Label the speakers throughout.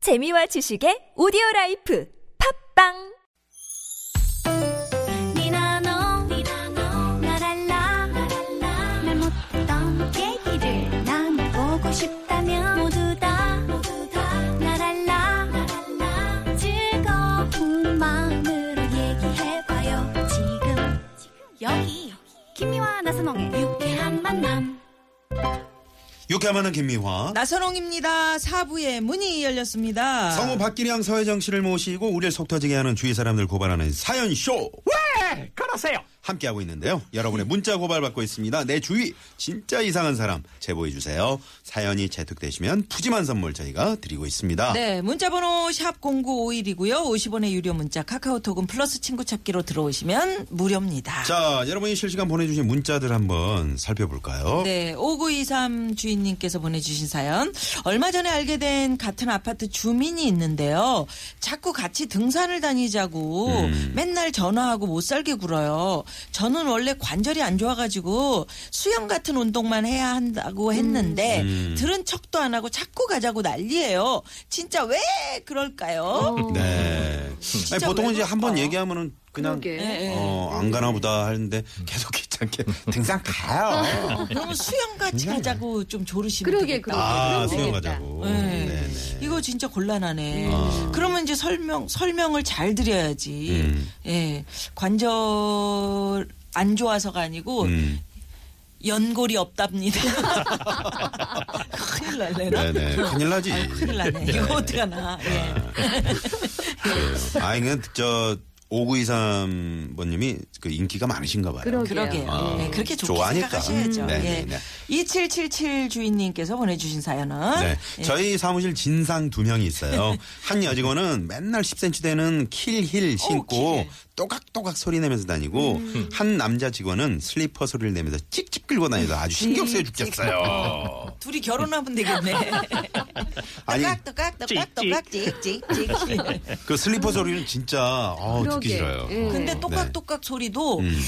Speaker 1: 재미와 지식의 오디오 라이프 팝빵
Speaker 2: 니나노 나랄라 말 못했던 얘기를 나눠보고 싶다면 모두 다 나랄라 즐거운 마음으로 얘기해봐요 지금 여기 김미와 나선홍의 유쾌한 만남
Speaker 3: 유쾌만한 김미화.
Speaker 4: 나선홍입니다. 사부의 문이 열렸습니다.
Speaker 3: 성우 박기량 서회정 씨를 모시고 우리를 속 터지게 하는 주위 사람들 고발하는 사연 쇼
Speaker 5: 네, 그러세요.
Speaker 3: 함께 하고 있는데요. 여러분의 문자 고발 받고 있습니다. 내 주위 진짜 이상한 사람 제보해 주세요. 사연이 채택되시면 푸짐한 선물 저희가 드리고 있습니다.
Speaker 4: 네, 문자번호 샵 0951이고요. 50원의 유료 문자 카카오톡은 플러스 친구 찾기로 들어오시면 무료입니다.
Speaker 3: 자, 여러분이 실시간 보내주신 문자들 한번 살펴볼까요?
Speaker 4: 네, 5923 주인님께서 보내주신 사연. 얼마 전에 알게 된 같은 아파트 주민이 있는데요. 자꾸 같이 등산을 다니자고 맨날 전화하고 못 살게 굴어요. 저는 원래 관절이 안 좋아가지고 수영 같은 운동만 해야 한다고
Speaker 6: 음.
Speaker 4: 했는데 들은 척도 안 하고 자꾸 가자고 난리예요. 진짜 왜
Speaker 6: 어.
Speaker 4: 그럴까요?
Speaker 3: 네. 아니, 보통은 이제 한 번
Speaker 4: 외롭다.
Speaker 3: 얘기하면은 그냥
Speaker 4: 예, 예.
Speaker 3: 어, 안 가나 보다 하는데 계속 귀찮게 등산 가요.
Speaker 4: 그러면 수영 같이 가자고 좀 조르시면
Speaker 6: 그러게
Speaker 4: 되겠다.
Speaker 6: 그러게
Speaker 3: 아,
Speaker 6: 그럼
Speaker 3: 수영
Speaker 6: 되겠다.
Speaker 3: 가자고.
Speaker 4: 네.
Speaker 3: 네네.
Speaker 4: 이거 진짜 곤란하네.
Speaker 3: 아.
Speaker 4: 그러면 이제 설명 설명을 잘 드려야지.
Speaker 3: 음.
Speaker 4: 예, 관절 안 좋아서가 아니고
Speaker 3: 음.
Speaker 4: 연골이 없답니다. 큰일 날래나?
Speaker 3: 네네. 큰일 나지.
Speaker 4: 아유, 큰일 나네.
Speaker 3: 네.
Speaker 4: 이거 어떡하나. 예.
Speaker 3: 아, 그냥 저 5923번님이 그 인기가 많으신가 봐요.
Speaker 6: 그러게요.
Speaker 4: 그러게요.
Speaker 3: 아,
Speaker 4: 네, 그렇게 좋게
Speaker 3: 좋아하니까.
Speaker 4: 생각하셔야죠.
Speaker 3: 음. 네, 네, 네.
Speaker 4: 예. 2777 주인님께서 보내주신 사연은
Speaker 3: 네.
Speaker 4: 예.
Speaker 3: 저희 사무실 진상 두 명이 있어요. 한 여직원은 맨날 10cm 되는 킬힐 신고
Speaker 4: 킬.
Speaker 3: 또각또각 소리 내면서 다니고 한 남자 직원은 슬리퍼 소리를 내면서 찍찍 끌고 다니다 아주 신경 쓰여 죽겠어요.
Speaker 4: 둘이 결혼하면 되겠네.
Speaker 3: 아니
Speaker 4: 똑깍똑깍 똑깍똑깍 찍찍찍.
Speaker 3: 그 슬리퍼 소리는 진짜 어, 듣기
Speaker 6: 그러게.
Speaker 3: 싫어요.
Speaker 6: 예.
Speaker 4: 근데
Speaker 3: 네.
Speaker 4: 똑깍똑깍 소리도
Speaker 3: 음.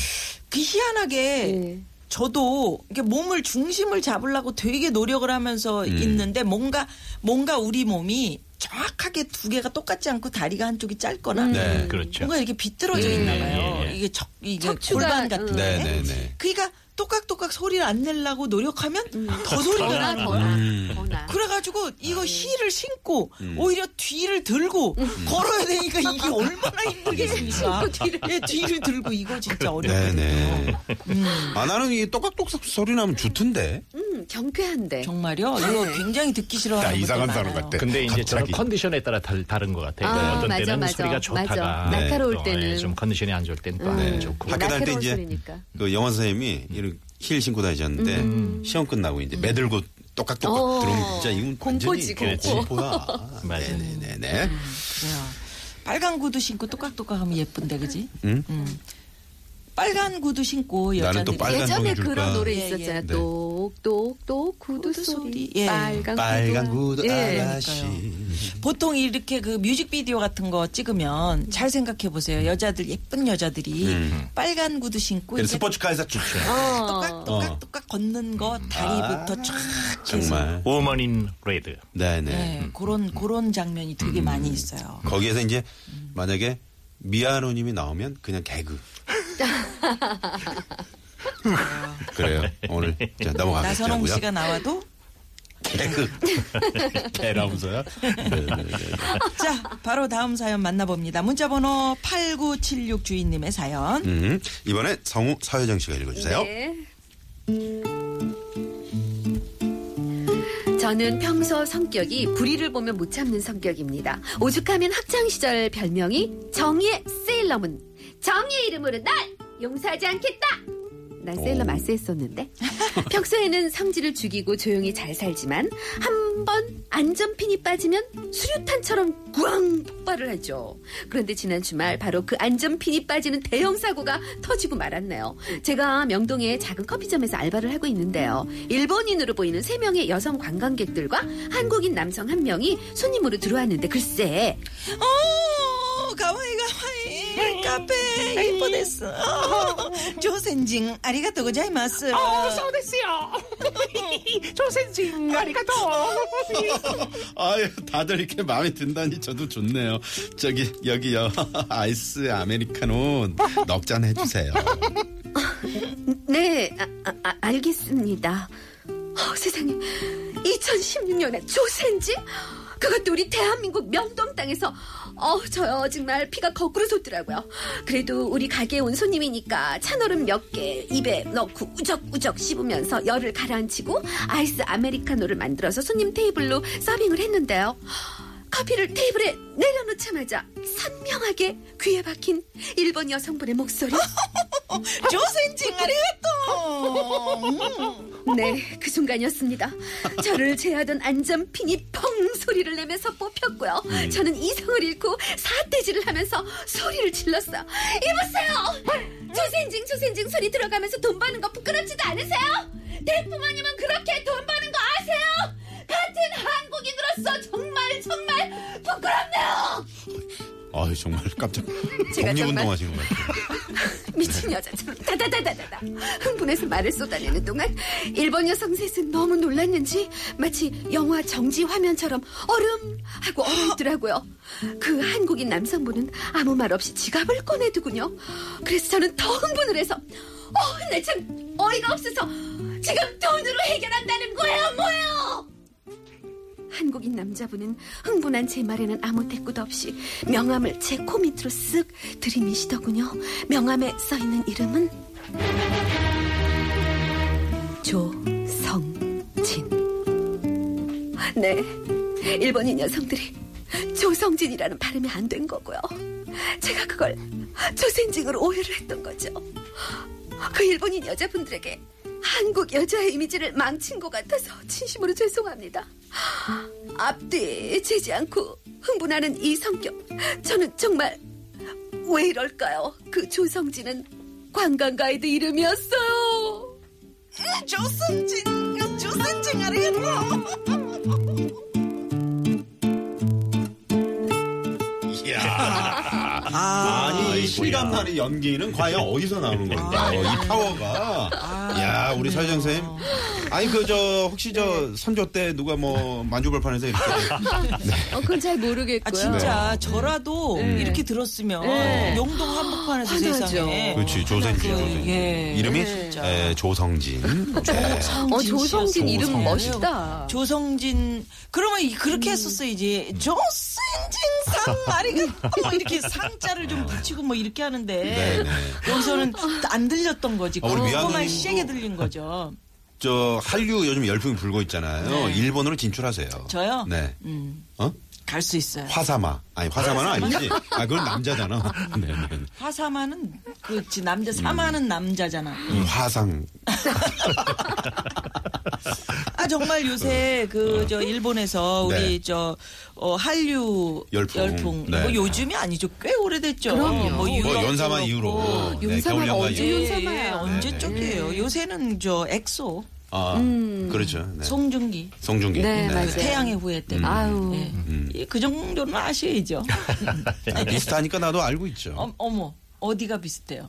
Speaker 4: 그 희한하게
Speaker 6: 네.
Speaker 4: 저도 이게 몸을 중심을 잡으려고 되게 노력을 하면서 있는데 뭔가 뭔가 우리 몸이 정확하게 두 개가 똑같지 않고 다리가 한쪽이 짧거나
Speaker 3: 네.
Speaker 5: 그렇죠.
Speaker 4: 뭔가 이렇게 비뚤어져 있나 봐요.
Speaker 5: 예, 예, 예.
Speaker 4: 이게 척 이게
Speaker 6: 척추가,
Speaker 4: 골반 같은
Speaker 6: 음.
Speaker 4: 게.
Speaker 3: 네, 네, 네.
Speaker 4: 그러니까 똑깍똑깍 소리를 안 내려고 노력하면
Speaker 6: 음.
Speaker 4: 더 소리가
Speaker 6: 더나
Speaker 4: 나는 거예요.
Speaker 6: 더나
Speaker 3: 음.
Speaker 6: 더나.
Speaker 4: 그래가지고 이거 힐을 신고 오히려 뒤를
Speaker 6: 음.
Speaker 4: 들고 걸어야 되니까 이게 얼마나 힘들겠습니까? 뒤를. 뒤를 들고 이거 진짜 어렵거든요.
Speaker 3: 네네. 아 나는 이 똑각똑각 소리 나면 좋던데.
Speaker 6: 음, 경쾌한데.
Speaker 4: 정말요?
Speaker 3: 네.
Speaker 4: 이거 굉장히 듣기 싫어하는 분들 많아요.
Speaker 5: 근데 이제 저는
Speaker 3: 갑자기.
Speaker 5: 컨디션에 따라 달, 다른 것 같아요.
Speaker 6: 아,
Speaker 5: 어떤
Speaker 6: 맞아,
Speaker 5: 때는
Speaker 6: 맞아.
Speaker 5: 소리가 좋다가
Speaker 6: 맞아. 날카로울
Speaker 5: 또,
Speaker 6: 때는.
Speaker 5: 예, 좀 컨디션이 안 좋을
Speaker 3: 음.
Speaker 5: 때는 또 안
Speaker 6: 네.
Speaker 5: 좋고.
Speaker 3: 학교 다닐 때
Speaker 6: 날카로운
Speaker 3: 이제
Speaker 6: 소리니까.
Speaker 3: 그 영원 선생님이 이런 힐 신고 다니셨는데 시험 끝나고 이제 매들고 똑각똑각
Speaker 6: 음. 어.
Speaker 3: 들어오면 진짜 이건
Speaker 6: 공포지,
Speaker 3: 완전히
Speaker 5: 공포.
Speaker 3: 공포야.
Speaker 5: 맞아요.
Speaker 3: 네네네.
Speaker 4: 그래요. 빨간 구두 신고 똑깍똑깍 하면 예쁜데 그지?
Speaker 3: 응?
Speaker 4: 음. 빨간 구두 신고
Speaker 3: 나는 또
Speaker 4: 여자들이
Speaker 3: 빨간
Speaker 6: 예전에
Speaker 3: 동이 줄까?
Speaker 6: 그런 노래
Speaker 4: 예,
Speaker 6: 있었잖아.
Speaker 3: 예.
Speaker 6: 똑똑똑 구두 소리.
Speaker 4: 예.
Speaker 6: 빨간,
Speaker 3: 빨간 구두
Speaker 6: 예.
Speaker 3: 아가씨.
Speaker 4: 보통 이렇게 그 뮤직비디오 같은 거 찍으면 잘 생각해 보세요. 여자들 예쁜 여자들이
Speaker 3: 음.
Speaker 4: 빨간 구두 신고
Speaker 3: 그래서
Speaker 4: 이제
Speaker 3: 스포츠카에서 쭉. 어. 음. 아,
Speaker 4: 똑깍똑깍 걷는 거 다리부터 쫙 해서
Speaker 3: 정말. 음.
Speaker 5: Woman in Red.
Speaker 3: 네네.
Speaker 4: 네, 그런 그런 장면이 되게
Speaker 3: 음.
Speaker 4: 많이 있어요.
Speaker 3: 거기에서 이제 만약에 미아노님이 나오면 그냥 개그. 그래요. 오늘 자,
Speaker 4: 나선홍
Speaker 3: 넘어가겠고요.
Speaker 4: 씨가 나와도
Speaker 3: 개그. 개라면서요?
Speaker 4: 자, 바로 다음 사연 만나봅니다. 문자번호 8976 주인님의 사연.
Speaker 3: 음, 이번에 성우 서효정 씨가 읽어주세요.
Speaker 6: 예. 네. 저는 평소 성격이 불의를 보면 못 참는 성격입니다. 오죽하면 학창 시절 별명이 정의의 세일러문. 정의의 이름으로 날 용서하지 않겠다. 난 세일러 마스했었는데 평소에는 성질을 죽이고 조용히 잘 살지만 한 번 안전핀이 빠지면 수류탄처럼 구왕 폭발을 하죠. 그런데 지난 주말 바로 그 안전핀이 빠지는 대형 사고가 터지고 말았네요. 제가 명동의 작은 커피점에서 알바를 하고 있는데요. 일본인으로 보이는 세명의 여성 관광객들과 한국인 남성 한명이 손님으로 들어왔는데 글쎄
Speaker 4: 어, 가와이 가와이. 카페 예뻐 됐어. 조센징 아리가또 고자이마스.
Speaker 7: そうですよ朝鮮人ありがとう
Speaker 3: 아유, 다들 이렇게 마음에 든다니 저도 좋네요. 저기, 여기요. 아이스 아메리카노 넉잔 해주세요.
Speaker 6: 네, 아, 아, 아, 알겠습니다. 어, 세상에, 2016년에 조센지? 그것도 우리 대한민국 명동 땅에서 어, 저요 정말 피가 거꾸로 솟더라고요. 그래도 우리 가게에 온 손님이니까 찬얼음 몇 개 입에 넣고 우적우적 씹으면서 열을 가라앉히고 아이스 아메리카노를 만들어서 손님 테이블로 서빙을 했는데요. 커피를 테이블에 내려놓자마자 선명하게 귀에 박힌 일본 여성분의 목소리.
Speaker 4: 조센징 아리가또. 음.
Speaker 6: 네, 그 순간이었습니다. 저를 제하던 안전핀이 펑 소리를 내면서 뽑혔고요. 저는 이성을 잃고 사대질을 하면서 소리를 질렀어요. 이보세요! 조센징, 조센징 소리 들어가면서 돈 버는 거 부끄럽지도 않으세요? 대부모님은 그렇게 돈 버는 거 아세요? 같은 한국인으로서 정말 정말 부끄럽네요!
Speaker 3: 아유, 정말 깜짝.
Speaker 6: 제가
Speaker 3: 독립운동
Speaker 6: 정말-
Speaker 3: 하시는 것 같아요.
Speaker 6: 미친 여자처럼 다다다다다다 흥분해서 말을 쏟아내는 동안 일본 여성 셋은 너무 놀랐는지 마치 영화 정지 화면처럼 얼음 하고 얼어있더라고요 그 한국인 남성분은 아무 말 없이 지갑을 꺼내두군요 그래서 저는 더 흥분을 해서 어, 내 참 어이가 없어서 지금 돈으로 해결한다는 거예요 뭐예요 한국인 남자분은 흥분한 제 말에는 아무 대꾸도 없이 명함을 제 코 밑으로 쓱 들이미시더군요. 명함에 써 있는 이름은 조성진. 네, 일본인 여성들이 조성진이라는 발음이 안 된 거고요. 제가 그걸 조센징으로 오해를 했던 거죠. 그 일본인 여자분들에게 한국 여자의 이미지를 망친 것 같아서 진심으로 죄송합니다. 앞뒤 재지 않고 흥분하는 이 성격. 저는 정말 왜 이럴까요? 그 조성진은 관광 가이드 이름이었어요.
Speaker 4: 조선진 조선진 아리가또.
Speaker 3: 이야.
Speaker 4: 아,
Speaker 3: 아니, 이 실감나는 연기는 과연 어디서 나오는 건가? 이 파워가. 네. 이야, 우리 서희정 쌤. 아니, 그, 저, 혹시 저, 선조 때 누가 뭐, 만주벌판에서 이렇게.
Speaker 2: 어, 그건 잘 모르겠고요.
Speaker 4: 아 진짜 저라도
Speaker 2: 네.
Speaker 4: 이렇게 들었으면
Speaker 2: 네.
Speaker 4: 용동 한복판에서
Speaker 2: 화나죠.
Speaker 4: 세상에
Speaker 3: 그렇지, 조선지,
Speaker 4: 그,
Speaker 3: 조선지.
Speaker 4: 예.
Speaker 3: 이름이
Speaker 4: 진짜.
Speaker 3: 에, 네. 조성진. 네.
Speaker 2: 어, 조성진 이름
Speaker 3: 조성진.
Speaker 2: 멋있다.
Speaker 4: 조성진 그러면 이-
Speaker 3: 음.
Speaker 4: 그렇게 했었어 이제 조성진 상 말이가 뭐 이렇게 상자를 좀 붙이고 뭐 이렇게 하는데
Speaker 3: 네, 네.
Speaker 4: 여기서는 안 들렸던 거지
Speaker 3: 아, 우리
Speaker 4: 그거만
Speaker 3: 미아노님도-
Speaker 4: 시에게 들린 거죠
Speaker 3: 저, 한류 요즘 열풍이 불고 있잖아요.
Speaker 4: 네.
Speaker 3: 일본으로 진출하세요.
Speaker 4: 저요?
Speaker 3: 네.
Speaker 4: 음,
Speaker 3: 어?
Speaker 4: 갈 수 있어요
Speaker 3: 화사마. 아니, 화사마는 아니지. 아, 그건 남자잖아. 네, 네.
Speaker 4: 화사만은 그렇지 남자 사만은 남자잖아
Speaker 3: 음, 화상.
Speaker 4: 아 정말 요새 그 저 일본에서 우리
Speaker 3: 어. 네.
Speaker 4: 저 어, 한류
Speaker 3: 열풍. 네.
Speaker 4: 뭐 요즘이 아니죠 꽤 오래됐죠.
Speaker 2: 그럼요.
Speaker 4: 뭐
Speaker 3: 뭐
Speaker 4: 유럽도
Speaker 3: 연사마
Speaker 4: 그렇고.
Speaker 3: 이후로. 네,
Speaker 2: 용사마가
Speaker 3: 겨울연가
Speaker 2: 언제
Speaker 4: 예,
Speaker 3: 이후로.
Speaker 2: 연사마야.
Speaker 4: 예,
Speaker 3: 네,
Speaker 4: 언제 쪽이에요? 요새는 저 엑소,
Speaker 3: 아, 그렇죠. 네. 음.
Speaker 4: 송중기, 그
Speaker 3: 송중기.
Speaker 2: 네, 맞아요.
Speaker 4: 태양의 후예 때.
Speaker 2: 아유.
Speaker 4: 예. 예, 그 정도는 아셔야죠.
Speaker 3: 아, 비슷하니까 나도 알고 있죠.
Speaker 4: 어, 어머 어디가 비슷해요?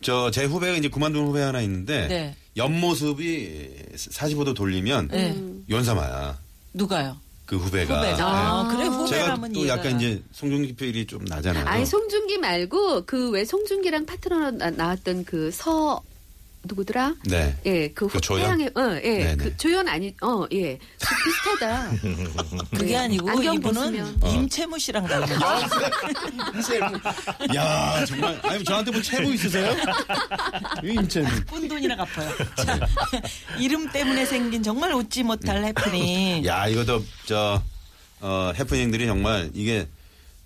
Speaker 3: 저 제 후배가 이제 그만둔 후배 하나 있는데
Speaker 4: 네.
Speaker 3: 옆모습이 45도 돌리면
Speaker 4: 예.
Speaker 2: 음.
Speaker 3: 연사마야.
Speaker 4: 누가요?
Speaker 3: 그 후배가.
Speaker 4: 후배. 아,
Speaker 3: 네.
Speaker 4: 그래
Speaker 3: 제가
Speaker 4: 후배라면
Speaker 3: 또 약간 이제 송중기 표일이 좀 나잖아요.
Speaker 2: 아니 송중기 말고 그 왜 송중기랑 파트너로 나, 나왔던 그 서 누구더라?
Speaker 3: 네.
Speaker 2: 예, 그
Speaker 3: 그 조연?
Speaker 2: 태양의 어, 예,
Speaker 3: 네네.
Speaker 2: 그 조연 아니, 어, 예, 그 비슷하다.
Speaker 4: 그게 아니고
Speaker 2: 네. 안경
Speaker 4: 이분은
Speaker 2: 벗으면.
Speaker 3: 어.
Speaker 2: 아.
Speaker 4: 임채무 씨랑 닮은 거.
Speaker 3: 야 정말. 아니 저한테 뭐 채무 있으세요? 임채무.
Speaker 4: 꾼돈이나 갚아요. 자, 이름 때문에 생긴 정말 웃지 못할 해프닝.
Speaker 3: 음. 야 이것도 저 어, 해프닝들이 정말 이게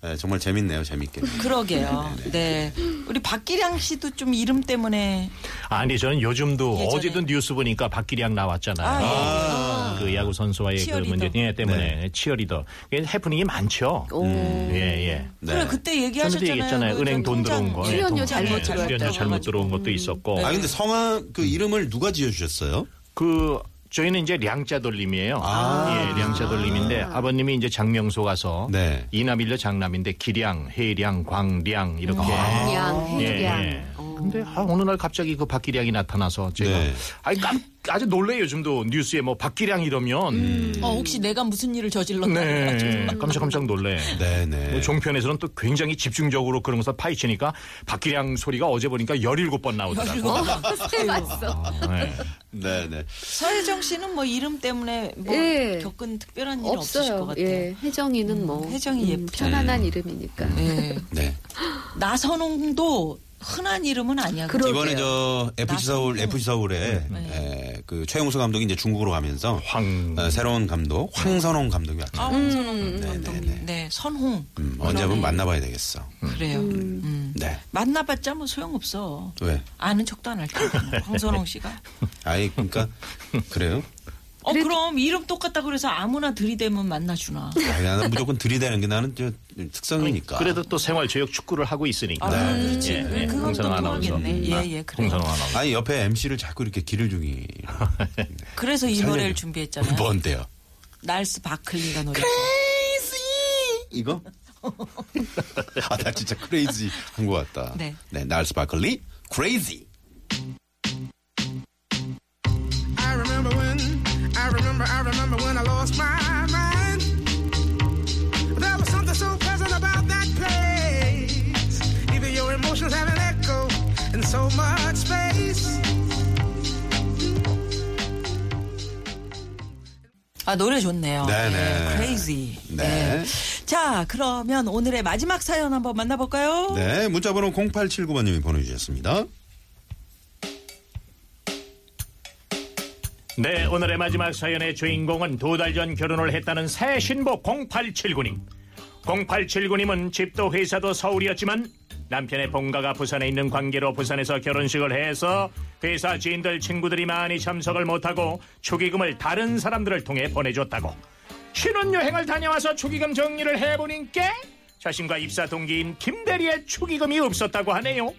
Speaker 3: 에, 정말 재밌네요. 재밌게.
Speaker 4: 그러게요. 네. 우리 박기량 씨도 좀 이름 때문에
Speaker 5: 아니 저는 요즘도
Speaker 4: 예전에.
Speaker 5: 어제도 뉴스 보니까 박기량 나왔잖아요.
Speaker 4: 아, 예.
Speaker 5: 그 야구 선수와의
Speaker 4: 치어리더.
Speaker 5: 그 문제 예, 때문에
Speaker 3: 네.
Speaker 5: 치어리더. 그게 해프닝이 많죠. 예 예.
Speaker 3: 네.
Speaker 4: 그래 그때
Speaker 5: 전에도
Speaker 4: 얘기하셨잖아요.
Speaker 5: 얘기했잖아요.
Speaker 4: 그
Speaker 5: 은행 돈
Speaker 4: 통장,
Speaker 5: 들어온 거.
Speaker 4: 예,
Speaker 2: 출연료
Speaker 4: 통장에
Speaker 2: 잘못
Speaker 5: 예,
Speaker 2: 들어왔다고
Speaker 5: 출연료 잘못
Speaker 3: 네.
Speaker 4: 해가지고.
Speaker 5: 들어온 것도 있었고.
Speaker 3: 아 근데 성함 그 이름을 누가 지어주셨어요?
Speaker 5: 그 저희는 이제 량자 돌림이에요.
Speaker 3: 아.
Speaker 5: 예, 량자 돌림인데 아버님이 이제 장명소 가서
Speaker 3: 네.
Speaker 5: 이남일녀 장남인데 기량, 해량, 광량 이렇게.
Speaker 3: 네.
Speaker 5: 네.
Speaker 6: 양,
Speaker 5: 예.
Speaker 6: 해양.
Speaker 5: 근데 아, 어느 날 갑자기 그 박기량이 나타나서 제가
Speaker 3: 네.
Speaker 5: 아니 깜 아주 놀래요 요즘도 뉴스에 뭐 박기량 이러면
Speaker 3: 음.
Speaker 4: 어, 혹시 내가 무슨 일을 저질렀나?
Speaker 5: 네 깜짝깜짝 놀래.
Speaker 3: 아, 네네.
Speaker 5: 뭐 종편에서는 또 굉장히 집중적으로 그런 것을 파헤치니까 박기량 소리가 어제 보니까 17번 나오더라고요.
Speaker 4: 네,
Speaker 6: 봤어.
Speaker 3: 아.
Speaker 5: 네.
Speaker 3: 네네.
Speaker 4: 서혜정 씨는 뭐 이름 때문에 뭐
Speaker 6: 예.
Speaker 4: 겪은 특별한 일이 없으실것
Speaker 2: 없어요.
Speaker 4: 같아요. 음,
Speaker 2: 예, 혜정이는 뭐
Speaker 4: 혜정이 예쁘죠.
Speaker 2: 편안한 이름이니까.
Speaker 4: 예.
Speaker 3: 네.
Speaker 4: 나선홍도 흔한 이름은 아니야. 그렇죠? 그죠?
Speaker 2: 그러-
Speaker 3: 이번에 저 FC 서울, FC 서울에
Speaker 4: 네.
Speaker 3: 에, 그 최용수 감독이 이제 중국으로 가면서
Speaker 5: 황. 네.
Speaker 3: 어, 새로운 감독 황선홍 감독이 왔죠. 음.
Speaker 4: 아, 황선홍
Speaker 3: 네네네.
Speaker 4: 감독님. 네, 선홍.
Speaker 3: 음, 언제 한번 만나봐야 되겠어.
Speaker 4: 그래요. 음.
Speaker 3: 네.
Speaker 4: 만나봤자 뭐 소용없어.
Speaker 3: 왜?
Speaker 4: 아는 척도 안 할
Speaker 3: 네.
Speaker 4: 텐데. 황선홍 씨가.
Speaker 3: 아이 그러니까 그래요?
Speaker 4: 어, 그럼 이름 똑같다고 그래서 아무나 들이대면 만나주나.
Speaker 3: 아 나는 무조건 들이대는 게 나는 저 특성이니까.
Speaker 5: 그래도 또 생활체육 축구를 하고 있으니까.
Speaker 4: 아, 그렇지.
Speaker 5: 예, 예.
Speaker 4: 그건
Speaker 5: 홍선호
Speaker 4: 또
Speaker 5: 아나운서. 음.
Speaker 4: 통하겠네. 예, 예, 그래요.
Speaker 5: 홍선호 아나운서.
Speaker 3: 아니 옆에 MC를 자꾸 이렇게 길을 중이.
Speaker 4: 그래서 아, 이 노래를
Speaker 3: 설명해. 뭐
Speaker 4: 준비했잖아요.
Speaker 3: 뭔데요?
Speaker 4: 날스 바클리가 노래.
Speaker 3: 이거? 아 나 진짜 크레이지 한 것 같다.
Speaker 4: 네.
Speaker 3: 네 날스 바클리 크레이지.
Speaker 8: I remember when, I remember, I remember when I lost my mind. There was something so pleasant about that place. Even your emotions have an echo in so much space.
Speaker 4: 아, 노래 좋네요.
Speaker 3: 네네.
Speaker 4: 예, crazy. 예.
Speaker 3: 네.
Speaker 4: 자, 그러면 오늘의 마지막 사연 한번 만나볼까요?
Speaker 3: 네, 문자번호 0879번님이 보내주셨습니다.
Speaker 5: 네, 오늘의 마지막 사연의 주인공은 두 달 전 결혼을 했다는 새 신부 0879님. 0879님은 집도 회사도 서울이었지만 남편의 본가가 부산에 있는 관계로 부산에서 결혼식을 해서 회사 지인들 친구들이 많이 참석을 못하고 축의금을 다른 사람들을 통해 보내줬다고. 신혼여행을 다녀와서 축의금 정리를 해보니께 자신과 입사 동기인 김대리의 축의금이 없었다고 하네요.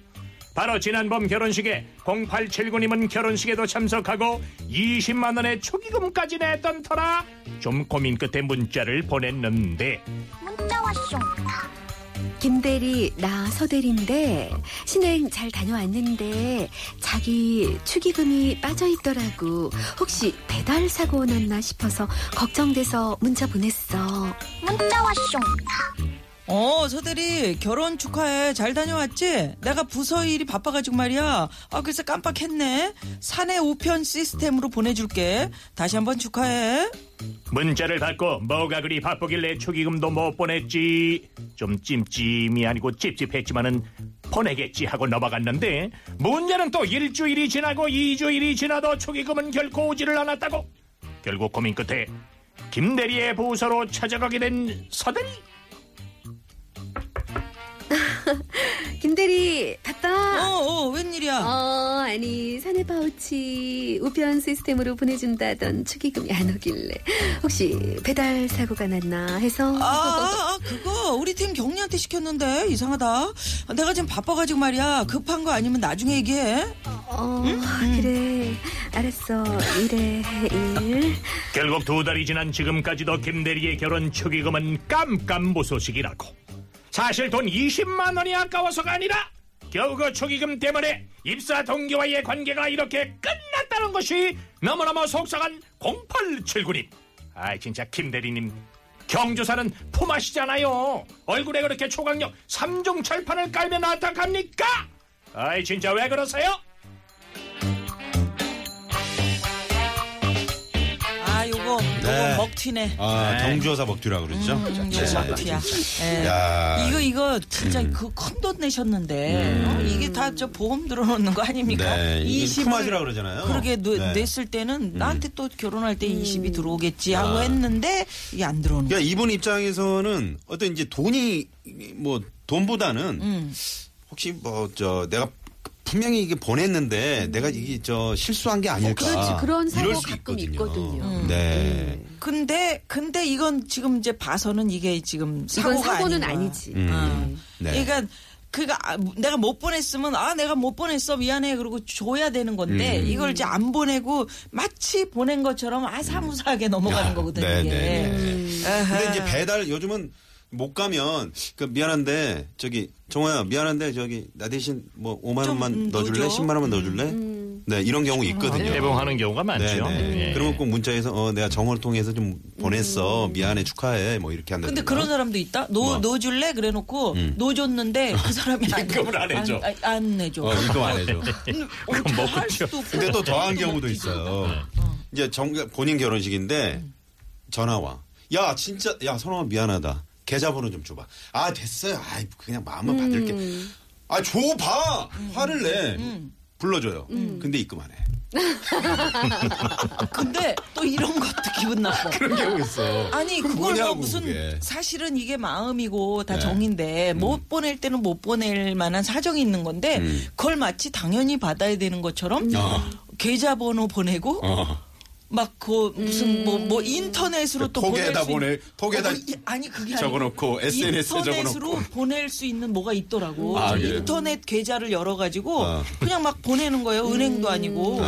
Speaker 5: 바로 지난번 결혼식에 0879님은 결혼식에도 참석하고 20만 원의 초기금까지 냈던 터라 좀 고민 끝에 문자를 보냈는데
Speaker 6: 김대리 나 서대리인데 신행 잘 다녀왔는데 자기 축의금이 빠져 있더라고 혹시 배달 사고 났나 싶어서 걱정돼서 문자 보냈어
Speaker 4: 어, 서들이 결혼 축하해. 잘 다녀왔지? 내가 부서 일이 바빠가지고 말이야. 아, 글쎄 깜빡했네. 사내 우편 시스템으로 보내줄게. 다시 한번 축하해.
Speaker 5: 문자를 받고 뭐가 그리 바쁘길래 초기금도 못 보냈지 좀 찜찜이 아니고 찝찝했지만은 보내겠지 하고 넘어갔는데 문제는 또 일주일이 지나고 이주일이 지나도 초기금은 결코 오지를 않았다고 결국 고민 끝에 김대리의 부서로 찾아가게 된 서대리
Speaker 6: 김대리
Speaker 4: 어,
Speaker 6: 바빠
Speaker 4: 어, 웬일이야?
Speaker 6: 어 아니 사내 파우치 우편 시스템으로 보내준다던 축의금이 안 오길래 혹시 배달 사고가 났나 해서
Speaker 4: 아, 아, 아, 그거 우리 팀 경리한테 시켰는데 이상하다. 내가 지금 바빠가지고 말이야. 급한 거 아니면 나중에 얘기해.
Speaker 6: 어
Speaker 5: 음?
Speaker 6: 그래 알았어 이래 일
Speaker 5: 결국 두 달이 지난 지금까지도 김대리의 결혼 축의금은 깜깜무소식이라고. 사실 돈 20만 원이 아까워서가 아니라 겨우 그 축의금 때문에 입사 동기와의 관계가 이렇게 끝났다는 것이 너무너무 속상한 0879님. 아 진짜 김대리님 경조사는 포맛이잖아요. 얼굴에 그렇게 초강력 3중 철판을 깔면 어떡합니까? 아이 진짜 왜 그러세요?
Speaker 4: 아, 요거,
Speaker 3: 네.
Speaker 4: 요거 먹튀네.
Speaker 3: 아, 경주여사 먹튀라 그러죠?
Speaker 4: 음,
Speaker 3: 네,
Speaker 4: 요거 먹튀야. 예.
Speaker 3: 야, 음.
Speaker 4: 이거 이거 진짜 그 큰 돈 내셨는데 어? 이게 다 저 보험 들어놓는 거 아닙니까?
Speaker 3: 네, 이게
Speaker 4: 20을
Speaker 3: 품앗이라 그러잖아요.
Speaker 4: 그러게 뇌,
Speaker 3: 네.
Speaker 4: 냈을 때는 나한테 또 결혼할 때
Speaker 2: 음.
Speaker 4: 20이 들어오겠지
Speaker 3: 아.
Speaker 4: 하고 했는데 이게 안 들어오는 거야.
Speaker 3: 그러니까 이분 입장에서는 어떤 이제 돈이 뭐 돈보다는
Speaker 4: 음.
Speaker 3: 혹시 뭐 저 내가 분명히 이게 보냈는데 내가 이게 저 실수한 게 아닐까.
Speaker 2: 어, 그렇지, 그런 사고
Speaker 3: 이럴 수
Speaker 2: 가끔 있거든요.
Speaker 4: 음.
Speaker 2: 음.
Speaker 3: 네.
Speaker 4: 근데 근데 이건 지금 이제 봐서는 이게 지금
Speaker 2: 이건
Speaker 4: 사고가
Speaker 2: 사고는
Speaker 4: 아닌 거야.
Speaker 2: 아니지.
Speaker 3: 음.
Speaker 4: 어.
Speaker 3: 네.
Speaker 4: 그러니까 그가 아, 내가 못 보냈으면 아 내가 못 보냈어 미안해 그러고 줘야 되는 건데
Speaker 3: 음.
Speaker 4: 이걸 이제 안 보내고 마치 보낸 것처럼 아사무사하게 넘어가는 거거든요.
Speaker 3: 네,
Speaker 4: 이게. 음.
Speaker 3: 네, 네.
Speaker 4: 아하.
Speaker 3: 근데 이제 배달 요즘은 못 가면 그 미안한데 저기 정호야 미안한데 저기 나 대신 뭐 5만
Speaker 4: 좀,
Speaker 3: 원만
Speaker 4: 음,
Speaker 3: 넣어줄래?
Speaker 4: 넣어줘.
Speaker 3: 10만 원만 넣어줄래? 네 이런 경우 있거든요.
Speaker 5: 개봉하는 경우가 많죠.
Speaker 3: 네네.
Speaker 5: 예.
Speaker 3: 그러면 꼭 문자에서 어, 내가 정호를 통해서 좀 보냈어 미안해 축하해 뭐 이렇게 한다.
Speaker 4: 음. 근데 그런 사람도 있다. 노
Speaker 3: 뭐? 음.
Speaker 4: 노줄래 그래놓고 노줬는데 그 사람이 안-
Speaker 5: 입금을 안 해줘.
Speaker 4: 안, 아, 안 내줘.
Speaker 3: 어, 뭐, 그렇죠. 이거 안 해줘.
Speaker 4: 음, 어떻게
Speaker 3: 그
Speaker 5: 먹고
Speaker 4: 할
Speaker 5: 튀어.
Speaker 4: 수도 없고.
Speaker 3: 근데 또 더한 경우도
Speaker 4: 먹기도
Speaker 3: 있어요. 이제 정, 본인 결혼식인데 전화 와. 야 진짜 야 선호아 미안하다. 계좌번호 좀 줘봐. 아 됐어요. 아 그냥 마음만 받을게. 아 줘봐. 화를 내. 불러줘요. 근데 입금 안 해.
Speaker 4: 근데 또 이런 것도 기분 나빠.
Speaker 3: 그런 경우 있어.
Speaker 4: 아니
Speaker 3: 그건
Speaker 4: 그걸 뭐
Speaker 3: 뭐냐고,
Speaker 4: 무슨
Speaker 3: 그게.
Speaker 4: 사실은 이게 마음이고 다
Speaker 3: 네.
Speaker 4: 정인데 못 보낼 때는 못 보낼 만한 사정이 있는 건데
Speaker 3: 음.
Speaker 4: 그걸 마치 당연히 받아야 되는 것처럼
Speaker 3: 어.
Speaker 4: 계좌번호 보내고
Speaker 3: 어.
Speaker 4: 막 그 무슨 뭐 뭐 인터넷으로 또 보낼
Speaker 3: 톡에다
Speaker 4: 수 있는-
Speaker 3: 보내- 톡에다
Speaker 4: 어, 뭐 이- 아니 그게 아니고
Speaker 3: 적어놓고 SNS 에
Speaker 4: 인터넷으로
Speaker 3: 적어놓고.
Speaker 4: 보낼 수 있는 뭐가 있더라고
Speaker 3: 아, 그래요?
Speaker 4: 인터넷 계좌를 열어가지고
Speaker 3: 아.
Speaker 4: 그냥 막 보내는 거예요 은행도 아니고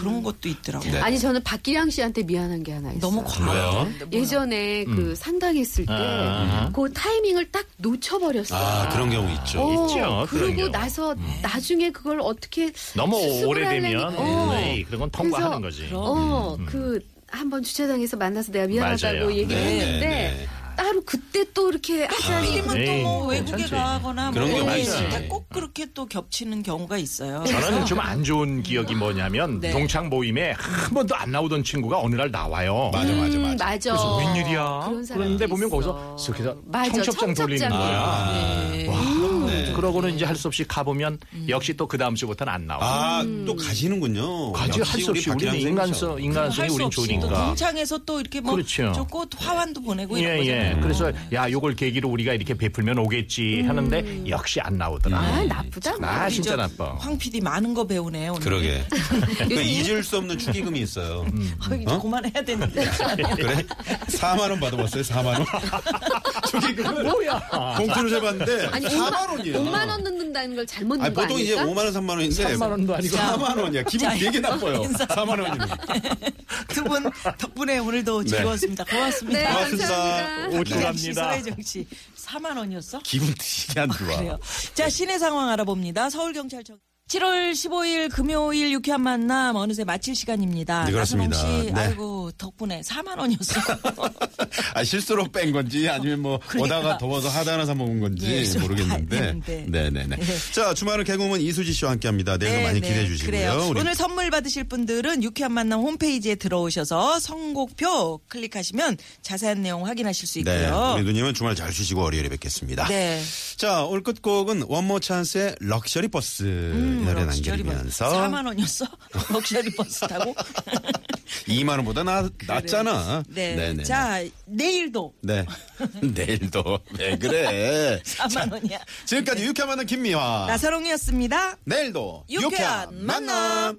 Speaker 4: 그런 것도 있더라고
Speaker 3: 네.
Speaker 2: 아니 저는 박기량 씨한테 미안한 게 하나 있어요.
Speaker 4: 너무 과해요
Speaker 2: 예전에 그 상당했을 때 그
Speaker 5: 음. 아.
Speaker 2: 타이밍을 딱 놓쳐버렸어요.
Speaker 3: 아 그런 경우 있죠.
Speaker 2: 어,
Speaker 5: 있죠, 그런
Speaker 2: 그러고
Speaker 5: 경우. 음.
Speaker 2: 나서 나중에 그걸 어떻게
Speaker 5: 너무
Speaker 2: 수습을
Speaker 5: 오래되면
Speaker 2: 하려니까. 어.
Speaker 5: 네, 그런 건 통과하는 거지. 음,
Speaker 2: 어, 그 한번 주차장에서 만나서 내가 미안하다고
Speaker 5: 맞아요.
Speaker 2: 얘기를
Speaker 3: 네,
Speaker 2: 했는데
Speaker 3: 네, 네.
Speaker 2: 따로 그때 또
Speaker 5: 아,
Speaker 2: 이렇게 하자니
Speaker 4: 하필이면
Speaker 5: 에이,
Speaker 4: 또뭐 외국에
Speaker 5: 네, 괜찮지.
Speaker 4: 가거나
Speaker 3: 그런
Speaker 4: 뭐
Speaker 3: 경우가
Speaker 4: 이런
Speaker 5: 있어요.
Speaker 4: 데꼭 그렇게 또 겹치는 경우가 있어요.
Speaker 5: 저는 좀 안 좋은 기억이 뭐냐면
Speaker 4: 아. 네.
Speaker 5: 동창 모임에 한 번도 안 나오던 친구가 어느 날 나와요.
Speaker 3: 맞아 맞아
Speaker 2: 음,
Speaker 3: 맞아.
Speaker 2: 맞아.
Speaker 5: 그래서 웬일이야?
Speaker 2: 그런 사람도
Speaker 5: 그런데 보면
Speaker 2: 있어.
Speaker 5: 거기서 쓱 해서
Speaker 2: 맞아,
Speaker 5: 청첩장 돌리는
Speaker 2: 청첩장.
Speaker 5: 거야.
Speaker 3: 아,
Speaker 4: 네.
Speaker 5: 와,
Speaker 3: 네.
Speaker 5: 그러고는 이제 할 수 없이 가보면 역시 또 그 다음 주부터는 안 나와.
Speaker 3: 아, 또 가시는군요.
Speaker 5: 가지 할
Speaker 3: 아, 역시
Speaker 5: 수 없이 우리는
Speaker 3: 박기량
Speaker 5: 인간성,
Speaker 3: 선생님처럼.
Speaker 5: 인간성이
Speaker 4: 음, 할수
Speaker 5: 우린
Speaker 4: 없이 또
Speaker 5: 좋으니까.
Speaker 4: 동창에서 또 이렇게 뭐
Speaker 5: 그렇죠.
Speaker 4: 좋고 화환도 보내고 이런
Speaker 5: 예,
Speaker 4: 거잖아요.
Speaker 5: 예. 그래서, 야, 요걸 계기로 우리가 이렇게 베풀면 오겠지
Speaker 4: 음.
Speaker 5: 하는데, 역시 안 나오더라.
Speaker 2: 아, 나쁘다.
Speaker 5: 아, 진짜
Speaker 4: 저
Speaker 5: 나빠.
Speaker 4: 황 PD 많은 거 배우네 오늘.
Speaker 3: 그러게. 그 잊을 수 없는 축의금이 있어요.
Speaker 4: 아, 이제 그만해야 되는데.
Speaker 3: 그래? 4만 원 받아봤어요. 4만 원. 축의금을 봉투를 해봤는데
Speaker 6: 아니
Speaker 3: 4만
Speaker 6: 5만,
Speaker 3: 원이에요.
Speaker 6: 5만 원 넣는다는 걸 잘못 넣은
Speaker 3: 아니,
Speaker 6: 거
Speaker 3: 보통 이제
Speaker 6: 아닐까?
Speaker 3: 5만 원, 3만 원인데
Speaker 5: 3만 원도 아니고.
Speaker 3: 4만 원이야. 기분
Speaker 4: 자,
Speaker 3: 되게 나빠요.
Speaker 4: 인사.
Speaker 3: 4만 원이면.
Speaker 4: 두 분 덕분에 오늘도
Speaker 3: 네.
Speaker 4: 즐거웠습니다. 고맙습니다.
Speaker 6: 네,
Speaker 3: 고맙습니다. 네.
Speaker 6: 감사합니다.
Speaker 4: 박기량 씨,
Speaker 5: 오죽합니다.
Speaker 4: 서혜정 씨, 4만 원이었어?
Speaker 3: 기분 되게 안 좋아.
Speaker 4: 그래요. 자, 시내 상황 알아봅니다. 서울경찰청. 7월 15일 금요일 유쾌한 만남 어느새 마칠 시간입니다.
Speaker 3: 네, 그렇습니다.
Speaker 4: 나선홍 씨,
Speaker 3: 네.
Speaker 4: 아이고 덕분에 4만 원이었어요.
Speaker 3: 아, 실수로 뺀 건지 아니면 뭐
Speaker 4: 그러니까.
Speaker 3: 오다가 더워서 하다나 사 먹은
Speaker 4: 예,
Speaker 3: 건지
Speaker 4: 좀 봐야
Speaker 3: 모르겠는데.
Speaker 4: 되는데.
Speaker 3: 네네네. 자, 주말은 개그우먼 이수지 씨와 함께 합니다. 내일도 많이 기대해 주시고요.
Speaker 4: 네, 그래요.
Speaker 3: 우리
Speaker 4: 오늘 선물 받으실 분들은 유쾌한 만남 홈페이지에 들어오셔서 선곡표 클릭하시면 자세한 내용 확인하실 수
Speaker 3: 네.
Speaker 4: 있고요.
Speaker 3: 우리 누님은 주말 잘 쉬시고 월요일에 뵙겠습니다.
Speaker 4: 네.
Speaker 3: 자, 오늘 끝곡은 원모 찬스의 럭셔리 버스 이 노래
Speaker 4: 음, 럭셔리 버스.
Speaker 3: 남겨드리면서
Speaker 4: 4만 원이었어? 럭셔리 버스 타고?
Speaker 3: 2만 원보다 나, 낫잖아.
Speaker 4: 네.
Speaker 3: 네네.
Speaker 4: 자, 내일도
Speaker 3: 네. 내일도 왜 그래?
Speaker 4: 4만 원이야.
Speaker 3: 지금까지 유쾌한 만남 김미화.
Speaker 4: 나사롱이었습니다.
Speaker 3: 내일도
Speaker 4: 유쾌한 만남.